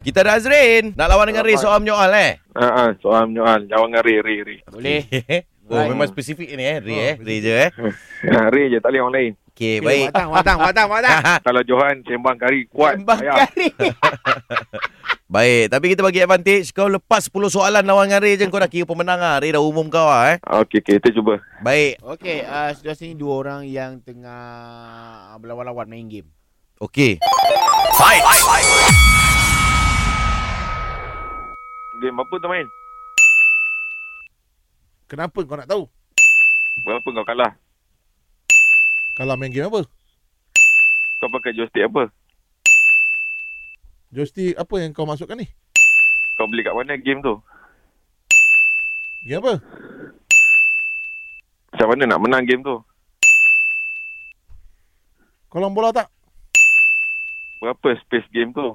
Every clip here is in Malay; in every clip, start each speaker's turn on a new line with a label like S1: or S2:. S1: Kita ada Azrin. Nak lawan dengan Ray
S2: Lawan.
S1: soal menyoal eh?
S2: Ha ah, soal menyoal Jawab dengan Ray Ray Ray
S3: Boleh.
S1: oh,
S3: Baik.
S1: memang spesifik ni eh. Ray
S3: Oh,
S1: eh. Ray je eh.
S2: ha, Ray je tak boleh orang lain
S4: Eh,
S1: Okey,
S3: Baik.
S1: baik.
S3: Watang, watang, watang, watang.
S2: Kalau Johan sembang kari kuat
S3: Sembang
S4: ya.
S2: ayah.
S3: kari.
S1: baik. Tapi kita bagi advantage. Kau lepas 10 soalan lawan dengan Ray je. Kau dah kira pemenang lah. Ray dah umum kau lah eh.
S2: Ha, Okey okey kita cuba
S1: Baik.
S3: Okey, uh, sudah sini dua orang yang tengah uh, berlawan-lawan main game.
S1: Okey.
S2: Game apa tu main
S4: Kenapa kau nak tahu?
S2: Berapa kau kalah
S4: Kalau main game apa?
S2: Kau pakai joystick apa
S4: Joystick apa yang kau masukkan ni?
S2: Kau beli kat mana game tu
S4: Game apa?
S2: Macam mana nak menang game tu
S4: Kolam bola tak?
S2: Berapa space game tu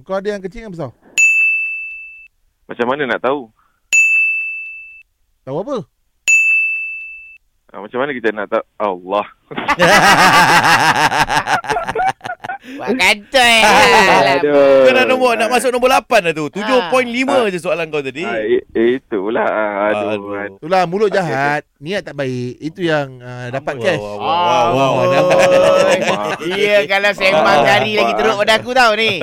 S4: Kau ada yang kecil yang besar?
S2: Macam mana nak tahu
S4: Tahu apa?
S2: ha, Macam mana kita nak tahu Allah
S3: Buat kantoi. eh.
S1: Kau dah nombor nak masuk nombor 8
S3: Ah.
S1: dah tu. 7.5 je soalan kau tadi.
S2: ha, i- Itulah Aduh,
S1: Aduh.
S2: aduh.
S4: Itulah mulut jahat, niat tak baik. Itu yang uh, dapat cash.
S1: Wow, wow,
S3: Wow,
S1: wow, wow.
S3: Iya kalau sembang
S2: Ah.
S3: kari lagi teruk pada aku tau ni.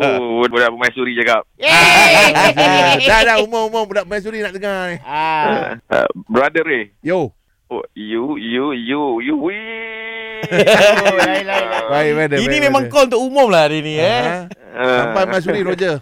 S2: Oh, budak permaisuri cakap
S4: Ah,
S3: Yeay.
S4: dah dah umur-umur budak mansuri nak dengar ni.
S3: Ah.
S2: uh, Brother Ray
S4: Yo.
S2: oh, You You You You
S3: Oh, lain, lain, lain.
S4: Baik, baik,
S1: Ini memang call untuk umum lah hari ni eh.
S2: Ah.
S4: Sampai mansuri Roger.